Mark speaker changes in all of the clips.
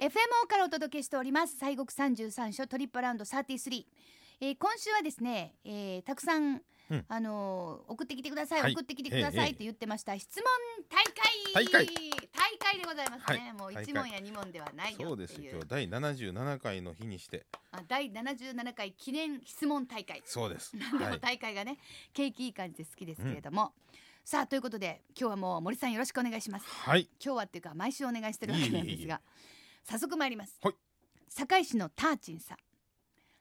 Speaker 1: FMO からお届けしております西国三十三所トリップアラウンド33、えー、今週はですね、えー、たくさん、
Speaker 2: うん
Speaker 1: あのー送ってきてください、
Speaker 2: はい
Speaker 1: 送ってきてくださ
Speaker 2: ええ
Speaker 1: い
Speaker 2: ええ
Speaker 1: って言ってました、質問大会
Speaker 2: 大会
Speaker 1: 大会でございますね、
Speaker 2: はい
Speaker 1: もう
Speaker 2: 大
Speaker 1: 一
Speaker 2: 会
Speaker 1: 問や二問ではないよっていう
Speaker 2: そうですよ今日第77回の日にして
Speaker 1: あ第77回記念質問大会
Speaker 2: そうで す
Speaker 1: なんで
Speaker 2: は
Speaker 1: も
Speaker 2: い
Speaker 1: 大会がね、景気いい感じで好きですけれども、さあということで今日はもう森さんよろしくお願いします
Speaker 2: はい
Speaker 1: 今日はっていうか毎週お願いしてるわけなんです
Speaker 2: いえいえい
Speaker 1: が早速参ります、
Speaker 2: はい
Speaker 1: 堺市のターチンさん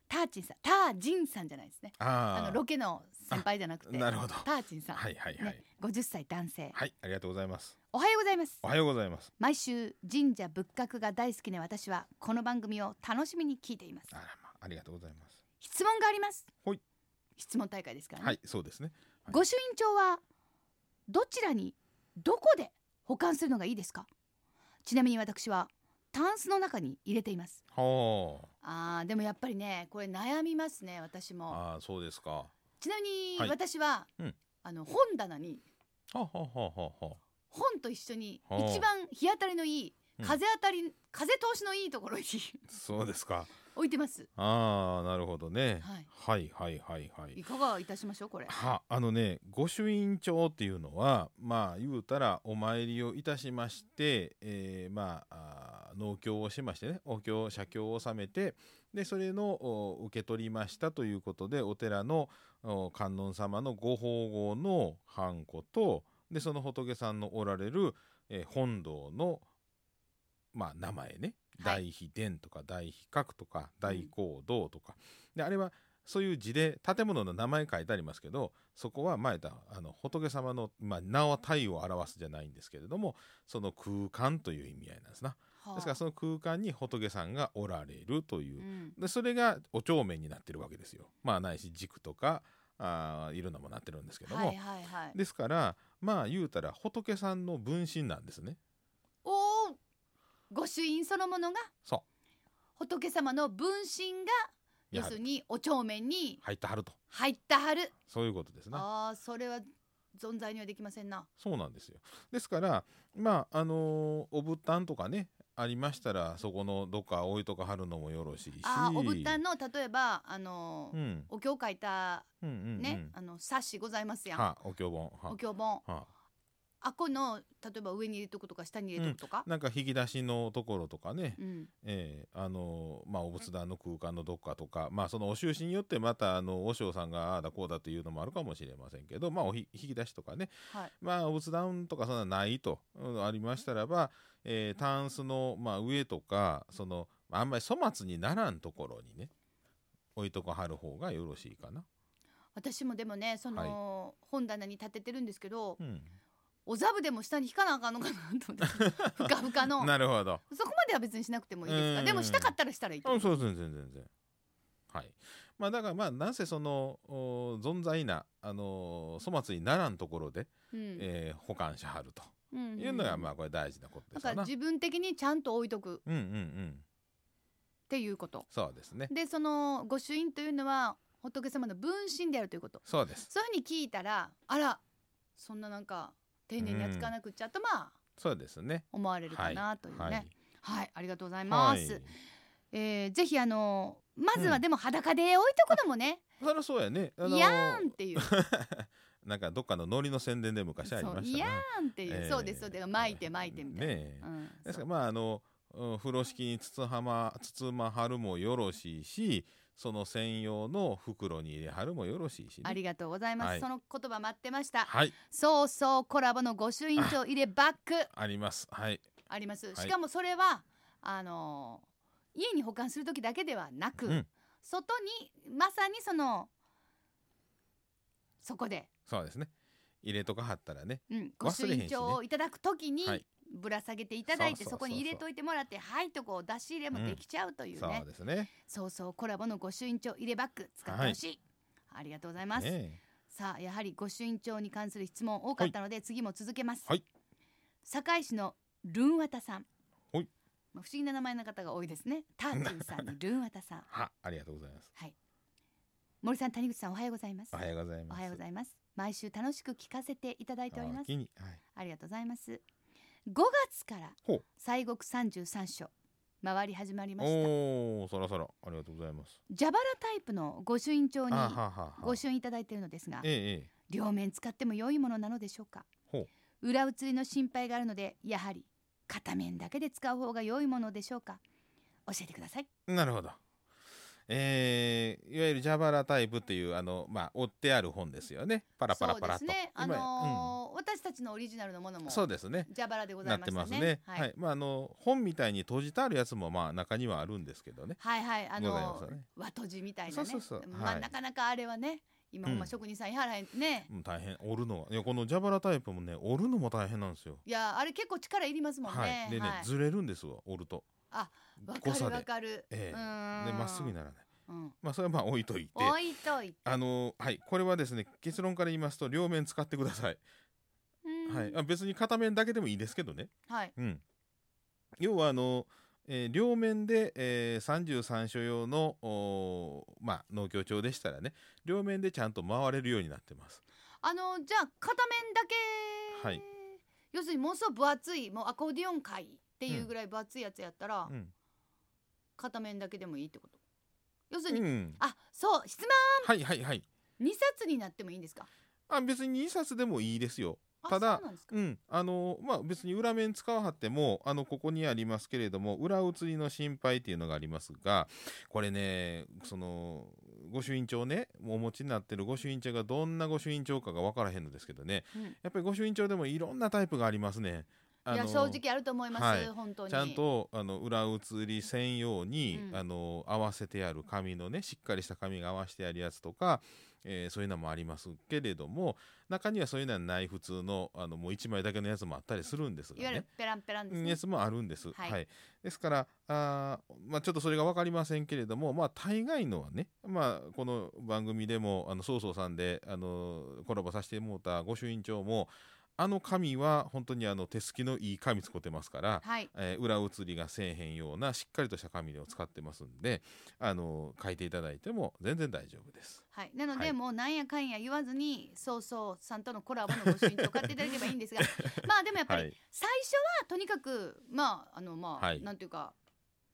Speaker 1: ターチンさんタージンさんじゃないですねあ
Speaker 2: あ
Speaker 1: の
Speaker 2: あ
Speaker 1: ロケの先輩じゃなくて
Speaker 2: あなるほど
Speaker 1: ターチンさん、
Speaker 2: はいはいはい、
Speaker 1: ね、50歳男性
Speaker 2: はいありがとうございます
Speaker 1: おはようございます
Speaker 2: おはようございます
Speaker 1: 毎週神社仏閣が大好きな私はこの番組を楽しみに聞いています
Speaker 2: あらまあありがとうございます
Speaker 1: 質問があります
Speaker 2: ほい
Speaker 1: 質問大会ですからね、
Speaker 2: はいそうですねはい
Speaker 1: ご主院長はどちらにどこで保管するのがいいですかちなみに私はタンスの中に入れています
Speaker 2: は
Speaker 1: あーでもやっぱりねこれ悩みますね私
Speaker 2: あ
Speaker 1: も
Speaker 2: ああそうですかは
Speaker 1: ちなみに
Speaker 2: はい
Speaker 1: 私は、
Speaker 2: うん
Speaker 1: あの本棚に
Speaker 2: あはあはあはあはあ
Speaker 1: 本と一緒に
Speaker 2: はあ
Speaker 1: 一番日当たりのいい
Speaker 2: うん
Speaker 1: 風当たり、風通しのいいところに
Speaker 2: そうですか
Speaker 1: 置いてます
Speaker 2: ああなるほどね
Speaker 1: はい
Speaker 2: はいはいはいはい
Speaker 1: いかがいたしましょうこれ
Speaker 2: はあのね御朱印帳っていうのはまあ言うたらお参りをいたしまして、えーまああー農協をしましてねお経写経を納めてでそれのお受け取りましたということでお寺のお観音様のご法号のハンコとでその仏さんのおられる、えー本堂の、まあ、名前ね
Speaker 1: はい
Speaker 2: 大秘殿とか大秘閣とか大講堂とか、であれはそういう字で建物の名前書いてありますけどそこは前だあの仏様の、まあ、名は体を表すじゃないんですけれどもその空間という意味合いなんですな。
Speaker 1: はあ
Speaker 2: ですからその空間に仏さんがおられるというう、
Speaker 1: ん
Speaker 2: でそれがお帳面になってるわけですよ。まあないし軸とかあーいろんなものなってるんですけども、
Speaker 1: はいはいはい
Speaker 2: ですからまあ言うたら仏さんの分身なんですね。
Speaker 1: おお御朱印そのものが
Speaker 2: そ
Speaker 1: 仏様の分身が
Speaker 2: うや
Speaker 1: 要
Speaker 2: は
Speaker 1: する
Speaker 2: り
Speaker 1: にお帳面に
Speaker 2: 入ってはると
Speaker 1: 入ったはる
Speaker 2: そういうことですな。
Speaker 1: あーそれは存在にはできませんな
Speaker 2: そうなんですよ。ですから、まあ、あのーお仏壇とかね、ありましたら、そこのどっか置いとかはるのもよろしいし。
Speaker 1: あーお仏壇の例えばあのー
Speaker 2: うん、うん、
Speaker 1: お経書いた
Speaker 2: うん、うん。
Speaker 1: ね、あの冊子ございますやん、
Speaker 2: はあ、お経本。はあ
Speaker 1: お経本
Speaker 2: は
Speaker 1: あこの例えば上に入れとくとか下に入れとくとか
Speaker 2: あ、、なんか引き出しのところとかね、
Speaker 1: うん
Speaker 2: ええあのーまあ、お仏壇の空間のどっかとか、まあ、そのお収支によってまたあの和尚さんがああだこうだっていうのもあるかもしれませんけど、まあ、おひ引き出しとかね
Speaker 1: はい
Speaker 2: まあ、お仏壇とかそんなないと、うんありましたらば、えータンスの、まあ、上とかそのあんまり粗末にならんところにね置いとこはる方がよろしいかな。
Speaker 1: 私もでもねその、本棚に立ててるんですけど
Speaker 2: うん、
Speaker 1: おざぶでも下に引かなあかんのかなと思って ふかふかの
Speaker 2: なるほど。
Speaker 1: そこまでは別にしなくてもいいですか
Speaker 2: うん
Speaker 1: でもしたかったらしたらいいと
Speaker 2: うん、そう全然全然。はい。まあだからまあなんせそのお存在な、あのー粗末にならんところで、
Speaker 1: うん
Speaker 2: えー保管しはると
Speaker 1: うん
Speaker 2: いうのがまあこれ大事なことで
Speaker 1: だ
Speaker 2: す
Speaker 1: か
Speaker 2: よ
Speaker 1: ら
Speaker 2: な。
Speaker 1: 自分的にちゃんと置いとくっ
Speaker 2: うんうんうん。
Speaker 1: ていうこと
Speaker 2: そうですね。
Speaker 1: でその御朱印というのは仏様の分身であるということ
Speaker 2: そうです。
Speaker 1: そういうふうに聞いたらあらそんななんか丁寧に扱わなくっちゃとまあ
Speaker 2: そうですね。
Speaker 1: 思われるかなというね、はい
Speaker 2: はい。
Speaker 1: ありがとうございます、
Speaker 2: はい
Speaker 1: えーぜひあのまず
Speaker 2: う
Speaker 1: は
Speaker 2: ん
Speaker 1: でも裸で置いとくのもね、
Speaker 2: そりゃそうやね。あのー
Speaker 1: いやーんっていう
Speaker 2: なんかどっかのノリの宣伝で昔あり
Speaker 1: そ
Speaker 2: ま
Speaker 1: う
Speaker 2: し
Speaker 1: い
Speaker 2: た
Speaker 1: や
Speaker 2: ね。
Speaker 1: ーんっていう、
Speaker 2: えー
Speaker 1: そうですそうです巻いて巻いてみたいな、
Speaker 2: ねえ
Speaker 1: うん
Speaker 2: です
Speaker 1: そ
Speaker 2: か
Speaker 1: う
Speaker 2: らまああの、うん、風呂敷に包はま包まはるもよろしいしその専用の袋に入れはるもよろしいしね、
Speaker 1: ありがとうございます、
Speaker 2: はい
Speaker 1: その言葉待ってました
Speaker 2: はい
Speaker 1: そうそうコラボの御朱印帳入れバック
Speaker 2: ありますはい
Speaker 1: あります。
Speaker 2: い
Speaker 1: しかもそれは、あのー家に保管する時だけではなく、
Speaker 2: うん
Speaker 1: 外にまさにそのそこで、
Speaker 2: そうですね入れとかはったらね
Speaker 1: うん、ご朱
Speaker 2: 忘れへんしね
Speaker 1: 印帳をいただく時に、
Speaker 2: はい
Speaker 1: ぶら下げていただいて
Speaker 2: そう
Speaker 1: そ
Speaker 2: そうそうそう
Speaker 1: こに入れといてもらってはいとこう出し入れもできちゃうというね、
Speaker 2: そうですね
Speaker 1: そうそうコラボの御朱印帳入れバッグ使ってほしい、ありがとうございます、
Speaker 2: ね
Speaker 1: さあやはり御朱印帳に関する質問多かったので、次も続けます、
Speaker 2: はい
Speaker 1: 堺市のルンワタさん
Speaker 2: はい
Speaker 1: まあ不思議な名前の方が多いですねターチンさんにルンワタさ ん
Speaker 2: はありがとうございます
Speaker 1: 森さん谷口さんおはようございます
Speaker 2: おはようございます
Speaker 1: おはようございます毎週楽しく聞かせていただいております
Speaker 2: おおきにはい
Speaker 1: ありがとうございます5月から
Speaker 2: ほう
Speaker 1: 西国三十三所回り始まりました
Speaker 2: おおそらそらありがとうございます
Speaker 1: 蛇腹タイプの御朱印帳に
Speaker 2: あははは
Speaker 1: ご朱印いただいているのですが
Speaker 2: ええええ
Speaker 1: 両面使っても良いものなのでしょうか
Speaker 2: ほ
Speaker 1: 裏写りの心配があるのでやはり片面だけで使う方が良いものでしょうか教えてくださいう
Speaker 2: なるほどえー、いわゆる蛇腹タイプっていうあのまあ折ってある本ですよねパラパラパラっ
Speaker 1: そ
Speaker 2: と
Speaker 1: うですねあ
Speaker 2: 今や
Speaker 1: のー私たちのオリジナルのもの
Speaker 2: う
Speaker 1: も
Speaker 2: んそうですね
Speaker 1: 蛇腹でござ
Speaker 2: ないっ
Speaker 1: ま
Speaker 2: て
Speaker 1: した
Speaker 2: ます
Speaker 1: ね
Speaker 2: ね
Speaker 1: は
Speaker 2: はいい、、まああの本みたいに閉じてあるやつもまあ中にはあるんですけどね
Speaker 1: はいはいあ
Speaker 2: ございま
Speaker 1: の
Speaker 2: すよね
Speaker 1: 和とじみたいなね
Speaker 2: そうそうそう
Speaker 1: まあ、
Speaker 2: はい
Speaker 1: なかなかあれはね今ほんま
Speaker 2: うん
Speaker 1: 職人さんやらへんね、
Speaker 2: うん大変折るのはいやこの蛇腹タイプもね折るのも大変なんですよ
Speaker 1: いやあれ結構力いりますもんね、
Speaker 2: はいでね、
Speaker 1: はい
Speaker 2: ずれるんですわ折ると
Speaker 1: あわか
Speaker 2: 誤
Speaker 1: る
Speaker 2: 差で
Speaker 1: わかる
Speaker 2: ええ
Speaker 1: うーん
Speaker 2: でまっすぐにならない
Speaker 1: うん
Speaker 2: まあそれはまあ置いといて
Speaker 1: 置いといて
Speaker 2: あのはいこれはですね結論から言いますと両面使ってください、
Speaker 1: うん
Speaker 2: はいあ別に片面だけでもいいですけどね
Speaker 1: はい
Speaker 2: うん要はあの、えー両面で、えー33所用のおーまあ農協帳でしたらね両面でちゃんと回れるようになってます
Speaker 1: あのじゃあ片面だけ、
Speaker 2: はい
Speaker 1: 要するにもうすごい分厚いもうアコーディオン界っていうぐらい分厚いやつやったら、
Speaker 2: うん、
Speaker 1: 片面だけでもいいってこと要す
Speaker 2: う
Speaker 1: るに、
Speaker 2: ん、
Speaker 1: あそう質
Speaker 2: はいはいはい
Speaker 1: 問2冊になってもいいんですか
Speaker 2: あ別に2冊でもいいですよ
Speaker 1: あ
Speaker 2: ただ
Speaker 1: そうなんですか
Speaker 2: うん、あのまあ別に裏面使わはってもあのここにありますけれども裏写りの心配っていうのがありますがこれねその御朱印帳ねお持ちになってる御朱印帳がどんな御朱印帳かが分からへんのですけどね
Speaker 1: うん
Speaker 2: やっぱり御朱印帳でもいろんなタイプがありますね。あ
Speaker 1: い
Speaker 2: の
Speaker 1: や正直あると思います、
Speaker 2: はい
Speaker 1: 本当に
Speaker 2: ちゃんとあの裏写り専用に、
Speaker 1: うん
Speaker 2: あの合わせてある紙のねしっかりした紙が合わせてあるやつとか、えーそういうのもありますけれども中にはそういうのはない普通のあのもう1枚だけのやつもあったりするんです
Speaker 1: いわ
Speaker 2: が
Speaker 1: ゆる
Speaker 2: ね。
Speaker 1: ペランペランです
Speaker 2: うん
Speaker 1: ね
Speaker 2: やつもあるんです、
Speaker 1: は
Speaker 2: はいいですからあー、まあ、ちょっとそれが分かりませんけれども、まあ、大概のはね、まあ、この番組でもあのそうそうさんであのコラボさせてもらった御朱印帳もあの紙は本当にあの手すきのいい紙使ってますから、
Speaker 1: はい
Speaker 2: えー裏写りがせえへんようなしっかりとした紙を使ってますんで、あの書いていただいても全然大丈夫です。
Speaker 1: はい、なので、
Speaker 2: はい
Speaker 1: もうなんやかんや言わずにそうそうさんとのコラボのご朱印帳を買っていただければいいん ですがまあでもやっぱり
Speaker 2: はい
Speaker 1: 最初はとにかくまああのまあ、
Speaker 2: はい
Speaker 1: なんていうか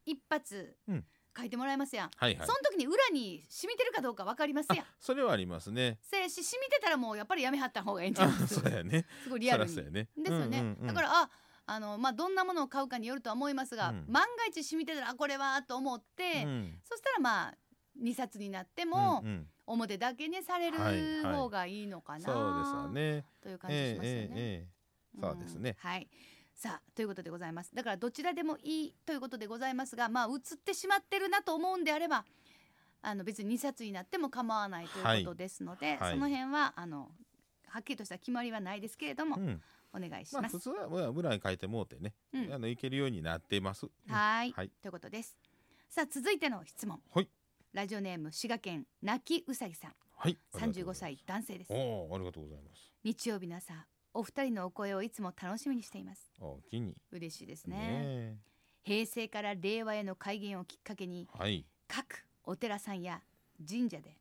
Speaker 1: 一発
Speaker 2: うん
Speaker 1: 書いてもらえますやん、
Speaker 2: はいはい
Speaker 1: その時に裏に染みてるかどうかわかりますやん
Speaker 2: あそれはありますね。
Speaker 1: せやし染みてたらもうやっぱりやめはった方がいいんじゃ
Speaker 2: あ
Speaker 1: ないです
Speaker 2: そ
Speaker 1: か
Speaker 2: うやね。
Speaker 1: すごいリア
Speaker 2: そ
Speaker 1: ル
Speaker 2: ら
Speaker 1: に
Speaker 2: そうやね。
Speaker 1: ですよね、
Speaker 2: うんうんうん
Speaker 1: だからああのまあどんなものを買うかによるとは思いますが、
Speaker 2: うん
Speaker 1: 万が一染みてたらあこれはと思って、
Speaker 2: うん
Speaker 1: そしたらまあ2冊になっても、
Speaker 2: うんうん
Speaker 1: 表だけねされる
Speaker 2: はいはい
Speaker 1: 方がいいのかな、
Speaker 2: そうですわね。
Speaker 1: という感じし
Speaker 2: え
Speaker 1: ま
Speaker 2: え
Speaker 1: すよね。
Speaker 2: ええそうですね
Speaker 1: んはいさあということでございますだからどちらでもいいということでございますがまあ映ってしまってるなと思うんであればあの別に2冊になっても構わないということですので、
Speaker 2: はい
Speaker 1: その辺はあのはっきりとした決まりはないですけれども、
Speaker 2: えうん、
Speaker 1: お願いし
Speaker 2: まあ
Speaker 1: ます。
Speaker 2: 普通はまあ裏に書いてもうてね、
Speaker 1: うん
Speaker 2: あのいけるようになってます。うん
Speaker 1: はい
Speaker 2: はい
Speaker 1: ということです。さあ続いての質問。
Speaker 2: はい
Speaker 1: ラジオネーム滋賀県泣きうさぎさん
Speaker 2: はい。
Speaker 1: 35歳男性です
Speaker 2: ありがとうございます。。おおありがとうございます。
Speaker 1: 日曜日の朝お二人のお声をいつも楽しみにしています
Speaker 2: お気に
Speaker 1: 嬉しいですね
Speaker 2: ね
Speaker 1: 平成から令和への改元をきっかけに
Speaker 2: えはい。
Speaker 1: 各お寺さんや神社で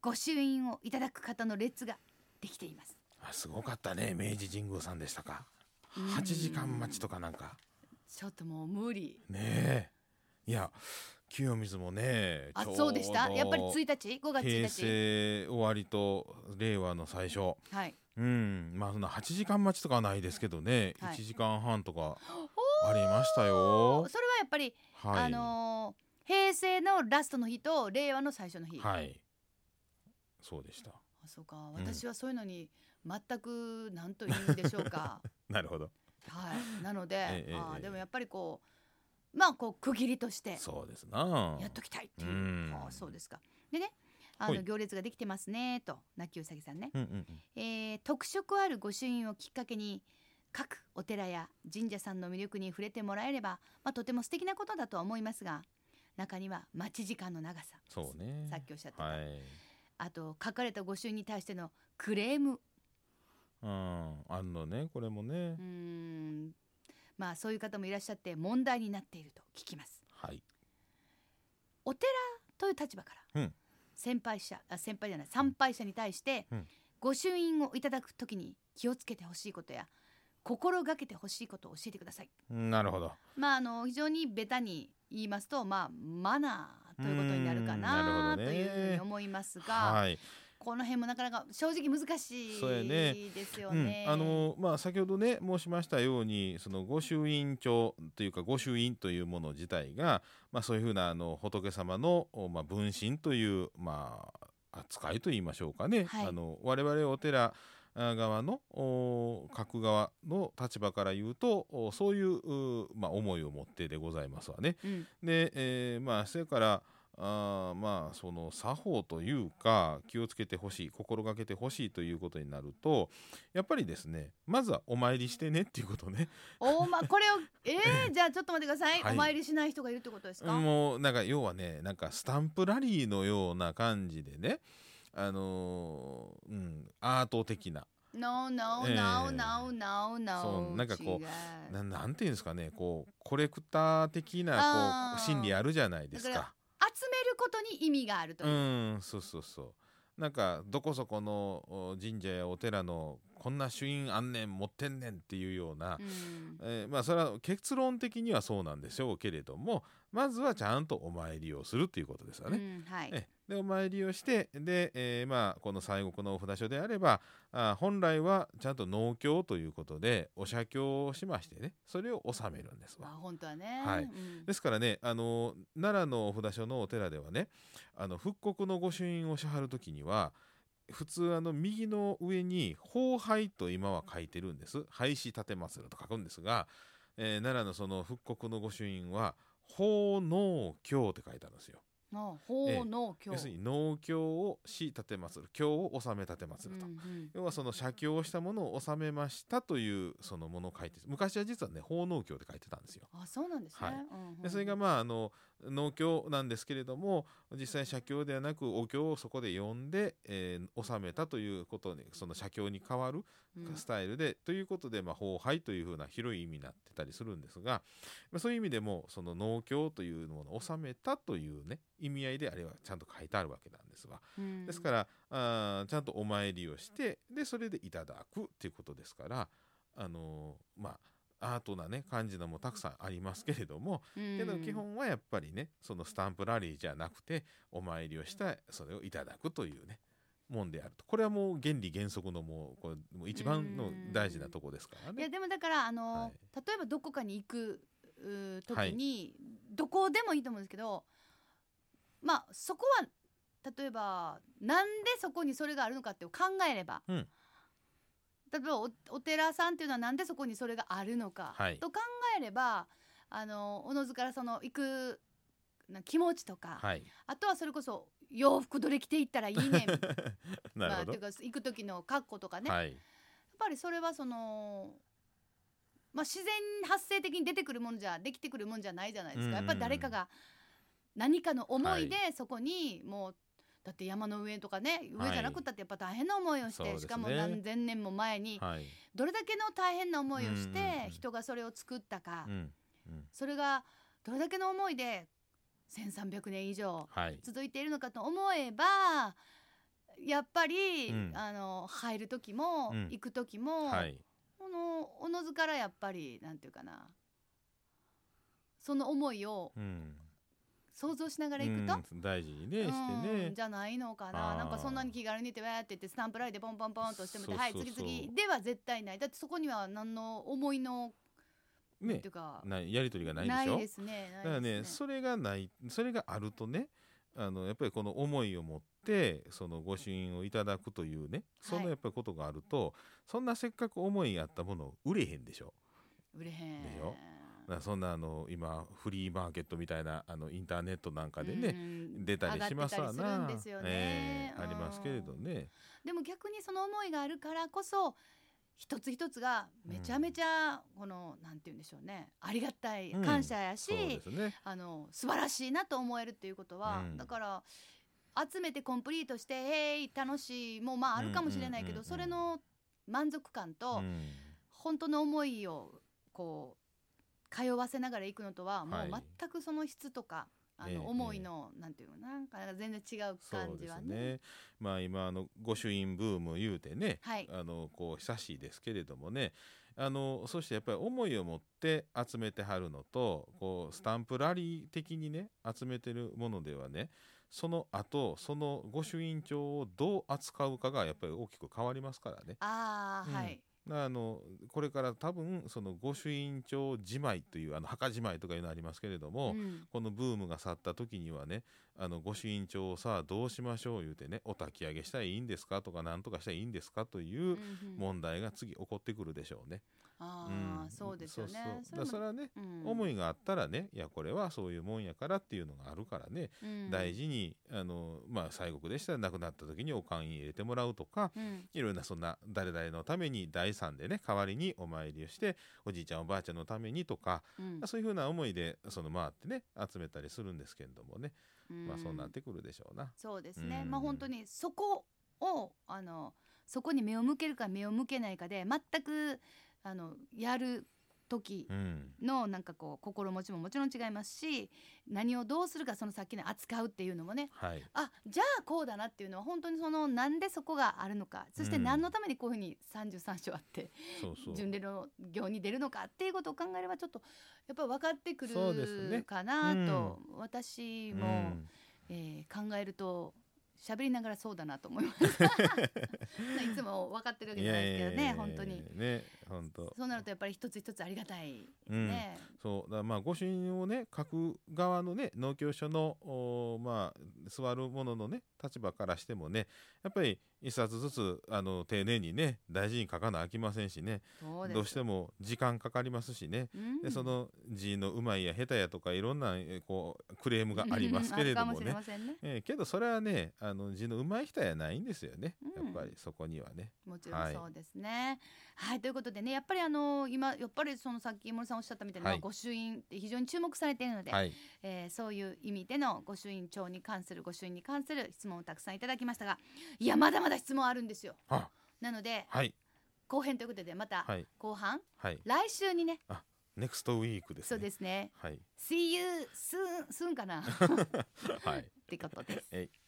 Speaker 1: 御朱印をいただく方の列ができています
Speaker 2: あすごかったね明治神宮さんでしたか
Speaker 1: うん
Speaker 2: 8時間待ちとかなんか
Speaker 1: ちょっともう無理
Speaker 2: ねえいや清水もね
Speaker 1: あ
Speaker 2: ちょど
Speaker 1: そうでしたやっぱり1日5月1日
Speaker 2: 平成終わりと令和の最初
Speaker 1: はい
Speaker 2: うんまあそんな8時間待ちとかはないですけどね、
Speaker 1: はい
Speaker 2: 1時間半とか
Speaker 1: おー
Speaker 2: ありましたよ
Speaker 1: それはやっぱり、
Speaker 2: はい、
Speaker 1: あのー平成のラストの日と令和の最初の日、
Speaker 2: はいそうでした
Speaker 1: あそうか
Speaker 2: ん
Speaker 1: 私はそういうのに全く何と言うんでしょう か
Speaker 2: なるほど
Speaker 1: はい、なので、
Speaker 2: ええ
Speaker 1: あ
Speaker 2: え
Speaker 1: ー
Speaker 2: え
Speaker 1: でもやっぱりこうまあこう区切りとして
Speaker 2: そうですな
Speaker 1: やっときたいっていう、
Speaker 2: うん
Speaker 1: あーそうですかでねあ
Speaker 2: ほ
Speaker 1: の
Speaker 2: い
Speaker 1: 行列ができてますねと泣きうさぎさんね、
Speaker 2: うんうんうん
Speaker 1: えー特色ある御朱印をきっかけに各お寺や神社さんの魅力に触れてもらえれば、まあ、とても素敵なことだとは思いますが中には待ち時間の長さ
Speaker 2: そうね
Speaker 1: さっきおっしゃってた、
Speaker 2: はい
Speaker 1: あと書かれた御朱印に対してのクレーム
Speaker 2: うんあんのねこれもね、
Speaker 1: うーんまあそういう方もいらっしゃって問題になっていると聞きます。
Speaker 2: はい
Speaker 1: お寺という立場から、
Speaker 2: うん
Speaker 1: 先輩者あ先輩じゃない参拝者に対して、
Speaker 2: うん
Speaker 1: 御朱印をいただくときに気をつけてほしいことや心がけてほしいことを教えてください。
Speaker 2: なるほど。
Speaker 1: まああの非常にベタに言いますと、まあマナーということになるか
Speaker 2: う
Speaker 1: なん
Speaker 2: なるほ
Speaker 1: と
Speaker 2: どね
Speaker 1: いうふうに思いますが、
Speaker 2: はい。
Speaker 1: この辺もなかなか正直難しい
Speaker 2: そうやね
Speaker 1: ですよ
Speaker 2: うん
Speaker 1: ね。、
Speaker 2: あのまあ先ほどね申しましたようにその御朱印帳というか御朱印というもの自体が、まあ、そういうふうなあの仏様の、おまあ、分身という、まあ、扱いといいましょうかね、
Speaker 1: はい
Speaker 2: あの我々お寺あ側のお各側の立場から言うとおそういううまあ、思いを持ってでございますわね。
Speaker 1: うん
Speaker 2: で、えーまあそれからあーまあその作法というか気をつけてほしい心がけてほしいということになるとやっぱりですねまずはお参りしてねっていうことね
Speaker 1: おまこれを えー、じゃあちょっと待ってください、
Speaker 2: はい
Speaker 1: お参りしない人がいるってことですか。
Speaker 2: もうなんか要はねなんかスタンプラリーのような感じでねあのーうん、アート的な
Speaker 1: No no
Speaker 2: ええ
Speaker 1: no no no no
Speaker 2: そうなんかこ
Speaker 1: 違
Speaker 2: うななんていうんですかねこうコレクター的な
Speaker 1: あ
Speaker 2: こう
Speaker 1: ー
Speaker 2: 心理あるじゃないです
Speaker 1: だから
Speaker 2: か。
Speaker 1: 集めることに意味があるというう。
Speaker 2: んそうそうそうなんかどこそこのお神社やお寺のこんな朱印あんねん持ってんねんっていうような、
Speaker 1: うん
Speaker 2: えーまあそれは結論的にはそうなんでしょうけれどもまずはちゃんとお参りをするっていうことですよね。
Speaker 1: うんはい。
Speaker 2: えでお参りをしてで、えーまあ、この西国のお札所であればあー本来はちゃんと農協ということでお写経をしましてねそれを納めるんです
Speaker 1: まあ
Speaker 2: わ。
Speaker 1: 本当はね。
Speaker 2: はい
Speaker 1: うん
Speaker 2: ですからね、あの奈良のお札所のお寺ではねあの復刻の御朱印をしはる時には普通あの右の上に「法廃」と今は書いてるんです「廃止立てますと書くんですが、えー奈良のその復刻の御朱印は「法能経」って書いてあるんですよ。
Speaker 1: もう法の教。
Speaker 2: 要するに農経をし立てまする経を納め立てますると。
Speaker 1: うん
Speaker 2: 要はその写経をしたものを納めましたというそのものを書いて昔は実はね法能経って書いてたんですよ。
Speaker 1: うんあそうなんですね。
Speaker 2: はい
Speaker 1: うんうん
Speaker 2: でそれがまああの農協なんですけれども実際写経ではなくお経をそこで読んで、えー納めたということにその写経に変わる
Speaker 1: うん
Speaker 2: スタイルで、ということで、まあ、法拝というふうな広い意味になってたりするんですが、まあ、そういう意味でもその農協というものを納めたというね意味合いであれはちゃんと書いてあるわけなんですわ。
Speaker 1: うん
Speaker 2: ですからあーちゃんとお参りをしてでそれでいただくっていうことですからあのーまあアートなね感じのもたくさんありますけれどもけど
Speaker 1: うん
Speaker 2: 基本はやっぱりねそのスタンプラリーじゃなくてお参りをしてそれをいただくというねもんであるとこれはもう原理原則のもうこれもう一番の大事なとこですから
Speaker 1: いや
Speaker 2: ね。
Speaker 1: でもだからあの、
Speaker 2: はい
Speaker 1: 例えばどこかに行くうー
Speaker 2: はい
Speaker 1: 時に、どこでもいいと思うんですけどまあそこは例えばなんでそこにそれがあるのかって考えれば、
Speaker 2: うん
Speaker 1: 例えばおお寺さんっていうのはなんでそこにそれがあるのか、
Speaker 2: はい
Speaker 1: と考えればあのおのずからその行くな気持ちとか、
Speaker 2: はい、
Speaker 1: あとはそれこそ洋服どれ着ていった らいいねん
Speaker 2: なるほ
Speaker 1: まあ、という
Speaker 2: ど、
Speaker 1: か行く時の格好とかね、
Speaker 2: はい、
Speaker 1: やっぱりそれはその、まあ、自然発生的に出てくるもんじゃできてくるもんじゃないじゃないですか。や
Speaker 2: うん
Speaker 1: っぱり誰かが何かの思いでそこにもう、だって山の上とかね上じゃなくったってやっぱ大変な思いをして、
Speaker 2: そうですね
Speaker 1: しかも何千年も前に
Speaker 2: はい、
Speaker 1: どれだけの大変な思いをし
Speaker 2: うんうんうん
Speaker 1: て人がそれを作ったか、
Speaker 2: うん、うん、
Speaker 1: それがどれだけの思いで1,300年以上
Speaker 2: はい、
Speaker 1: 続いているのかと思えばやっぱり、
Speaker 2: うん
Speaker 1: あの入る時も、
Speaker 2: うん
Speaker 1: 行く時も、
Speaker 2: はい、
Speaker 1: このおのずからやっぱりなんていうかなその思いを
Speaker 2: うん、
Speaker 1: 想像しながらいくと、
Speaker 2: うん大事にね
Speaker 1: う
Speaker 2: し
Speaker 1: ん
Speaker 2: てね
Speaker 1: じ、ゃないのか
Speaker 2: あ
Speaker 1: な
Speaker 2: ー
Speaker 1: なんかそんなに気軽にってわーって言ってスタンプラリーでポンポンポンとしても
Speaker 2: そうそうそう
Speaker 1: はい次々では絶対ないだってそこには何の思いの、っ
Speaker 2: ね
Speaker 1: ていうか
Speaker 2: ないやりとりがないでしょ。
Speaker 1: すね
Speaker 2: だから
Speaker 1: ない
Speaker 2: ね
Speaker 1: です
Speaker 2: それがないそれがあるとねあのやっぱりこの思いを持ってその御朱印をいただくというねそ
Speaker 1: は
Speaker 2: の
Speaker 1: い
Speaker 2: やっぱりことがあると、そんなせっかく思いがあったものを売れへんでしょ
Speaker 1: 売れへん
Speaker 2: でしょだからそんなあの今フリーマーケットみたいなあのインターネットなんかで
Speaker 1: う
Speaker 2: ね、
Speaker 1: ん
Speaker 2: 出たりしますわ
Speaker 1: 上がってたりするんですよ
Speaker 2: な
Speaker 1: ね
Speaker 2: ええ
Speaker 1: うん
Speaker 2: ありますけれどね
Speaker 1: でも逆にその思いがあるからこそ一つ一つがめちゃめちゃこの、なんて言うんでしょうねありがたい
Speaker 2: うん
Speaker 1: 感謝やし、
Speaker 2: そうですね
Speaker 1: あの素晴らしいなと思えるっていうことは、
Speaker 2: うん
Speaker 1: だから集めてコンプリートして「へい楽しい」もまああるかもしれないけど、
Speaker 2: うんうんうんうん
Speaker 1: それの満足感と、
Speaker 2: うん
Speaker 1: 本当の思いをこう通わせながら行くのとはも
Speaker 2: はいう
Speaker 1: 全くその質とか、
Speaker 2: ええ
Speaker 1: あの思いの、なんていうのなんか全然違う
Speaker 2: そ
Speaker 1: 感
Speaker 2: う
Speaker 1: じ
Speaker 2: です
Speaker 1: は
Speaker 2: ね
Speaker 1: ね。
Speaker 2: まあ今あの御朱印ブーム言うてね、
Speaker 1: はい
Speaker 2: あのこう久しいですけれどもねあのそしてやっぱり思いを持って集めてはるのとこうスタンプラリー的にね集めてるものではねその後その御朱印帳をどう扱うかがやっぱり大きく変わりますからね。
Speaker 1: ああ、
Speaker 2: うん
Speaker 1: はい。
Speaker 2: あのこれから多分その御朱印帳じまいというあの墓じまいとかいうのありますけれども、
Speaker 1: うん
Speaker 2: このブームが去った時にはねあの御朱印帳をさあどうしましょう言うてねお焚き上げしたらいいんですかとかなんとかしたらいいんですかと
Speaker 1: う
Speaker 2: いうん
Speaker 1: うん
Speaker 2: 問題が次起こってくるでしょうね。
Speaker 1: ああ、
Speaker 2: ん
Speaker 1: そうですよね。
Speaker 2: そうそうだからそれはね、
Speaker 1: い、
Speaker 2: 思いがあったらねいやこれはそういうもんやからっていうのがあるからね、
Speaker 1: うん
Speaker 2: 大。事にあの、まあ、西国でしたら亡くなった時にお棺に入れてもらうとか。
Speaker 1: うん
Speaker 2: いろんなそんな誰々のために第三でね代わりにお参りをしておじいちゃんおばあちゃんのためにとか
Speaker 1: うん
Speaker 2: そういうふうな思いでその回ってね集めたりするんですけれどもねまあそうなっ
Speaker 1: ん
Speaker 2: てくるでしょうな。
Speaker 1: そうですね。
Speaker 2: うん
Speaker 1: まあ本当にそこをあのそこに目を向けるか目を向けないかで全くあのやる時
Speaker 2: うん
Speaker 1: のなんかこう心持ちももちろん違いますし、何をどうするかそのさっきの扱うっていうのもね。
Speaker 2: はい、
Speaker 1: あじゃあこうだなっていうのは本当にそのなんでそこがあるのかそして
Speaker 2: うん
Speaker 1: 何のためにこういうふうに33章あって
Speaker 2: そう そう
Speaker 1: 巡礼の業に出るのかっていうことを考えればちょっとやっぱり分かってく
Speaker 2: そうですね
Speaker 1: るかなと、私も、
Speaker 2: うん
Speaker 1: えー考えると喋りながらそうだなと思います。 いつも分かってるわけじゃないですけどね本当に。
Speaker 2: ね本当
Speaker 1: そうなるとやっぱり一つ一つありがたい
Speaker 2: うん
Speaker 1: ね。
Speaker 2: そうだからまあ御朱印をね書く側のね農協所のおーまあ座る者のね立場からしてもねやっぱり一冊ずつあの丁寧にね大事に書かなあきませんしね
Speaker 1: そうです
Speaker 2: どうしても時間かかりますしね。
Speaker 1: うん
Speaker 2: でその字のうまいや下手やとかいろんなえーこうクレームがありますけれども
Speaker 1: うんある
Speaker 2: ね
Speaker 1: かもしれませんね。
Speaker 2: えーけどそれはねあの字のうまい人やないんですよね、
Speaker 1: うん
Speaker 2: やっぱりそこにはね。
Speaker 1: もちろ
Speaker 2: は
Speaker 1: ん
Speaker 2: い
Speaker 1: そうですね。はい、ということでねやっぱりあの今やっぱりそのさっき森さんおっしゃったみたいな、
Speaker 2: はい
Speaker 1: まあ御朱印って非常に注目されているので、
Speaker 2: はい、
Speaker 1: えーそういう意味での御朱印帳に関する御朱印に関する質問をたくさんいただきましたがいやまだまだ質問あるんですよ
Speaker 2: あ
Speaker 1: なので
Speaker 2: はい、
Speaker 1: 後編ということでまた
Speaker 2: はい、
Speaker 1: 後半、
Speaker 2: はい、
Speaker 1: 来週にね
Speaker 2: ネクストウィークです、ね。
Speaker 1: そうですね
Speaker 2: はい、
Speaker 1: See you soon soon かなっ
Speaker 2: はい。
Speaker 1: てことです
Speaker 2: えい